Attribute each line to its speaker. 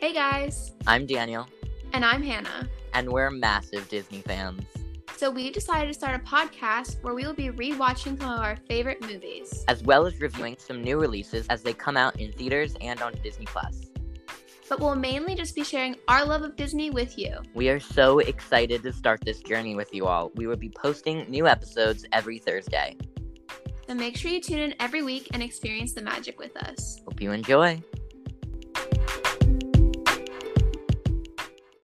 Speaker 1: Hey guys,
Speaker 2: I'm Daniel,
Speaker 1: and I'm Hannah.
Speaker 2: and we're massive Disney fans.
Speaker 1: So we decided to start a podcast where we will be rewatching some of our favorite movies.
Speaker 2: as well as reviewing some new releases as they come out in theaters and on Disney Plus.
Speaker 1: But we'll mainly just be sharing our love of Disney with you.
Speaker 2: We are so excited to start this journey with you all. We will be posting new episodes every Thursday.
Speaker 1: So make sure you tune in every week and experience the magic with us.
Speaker 2: Hope you enjoy.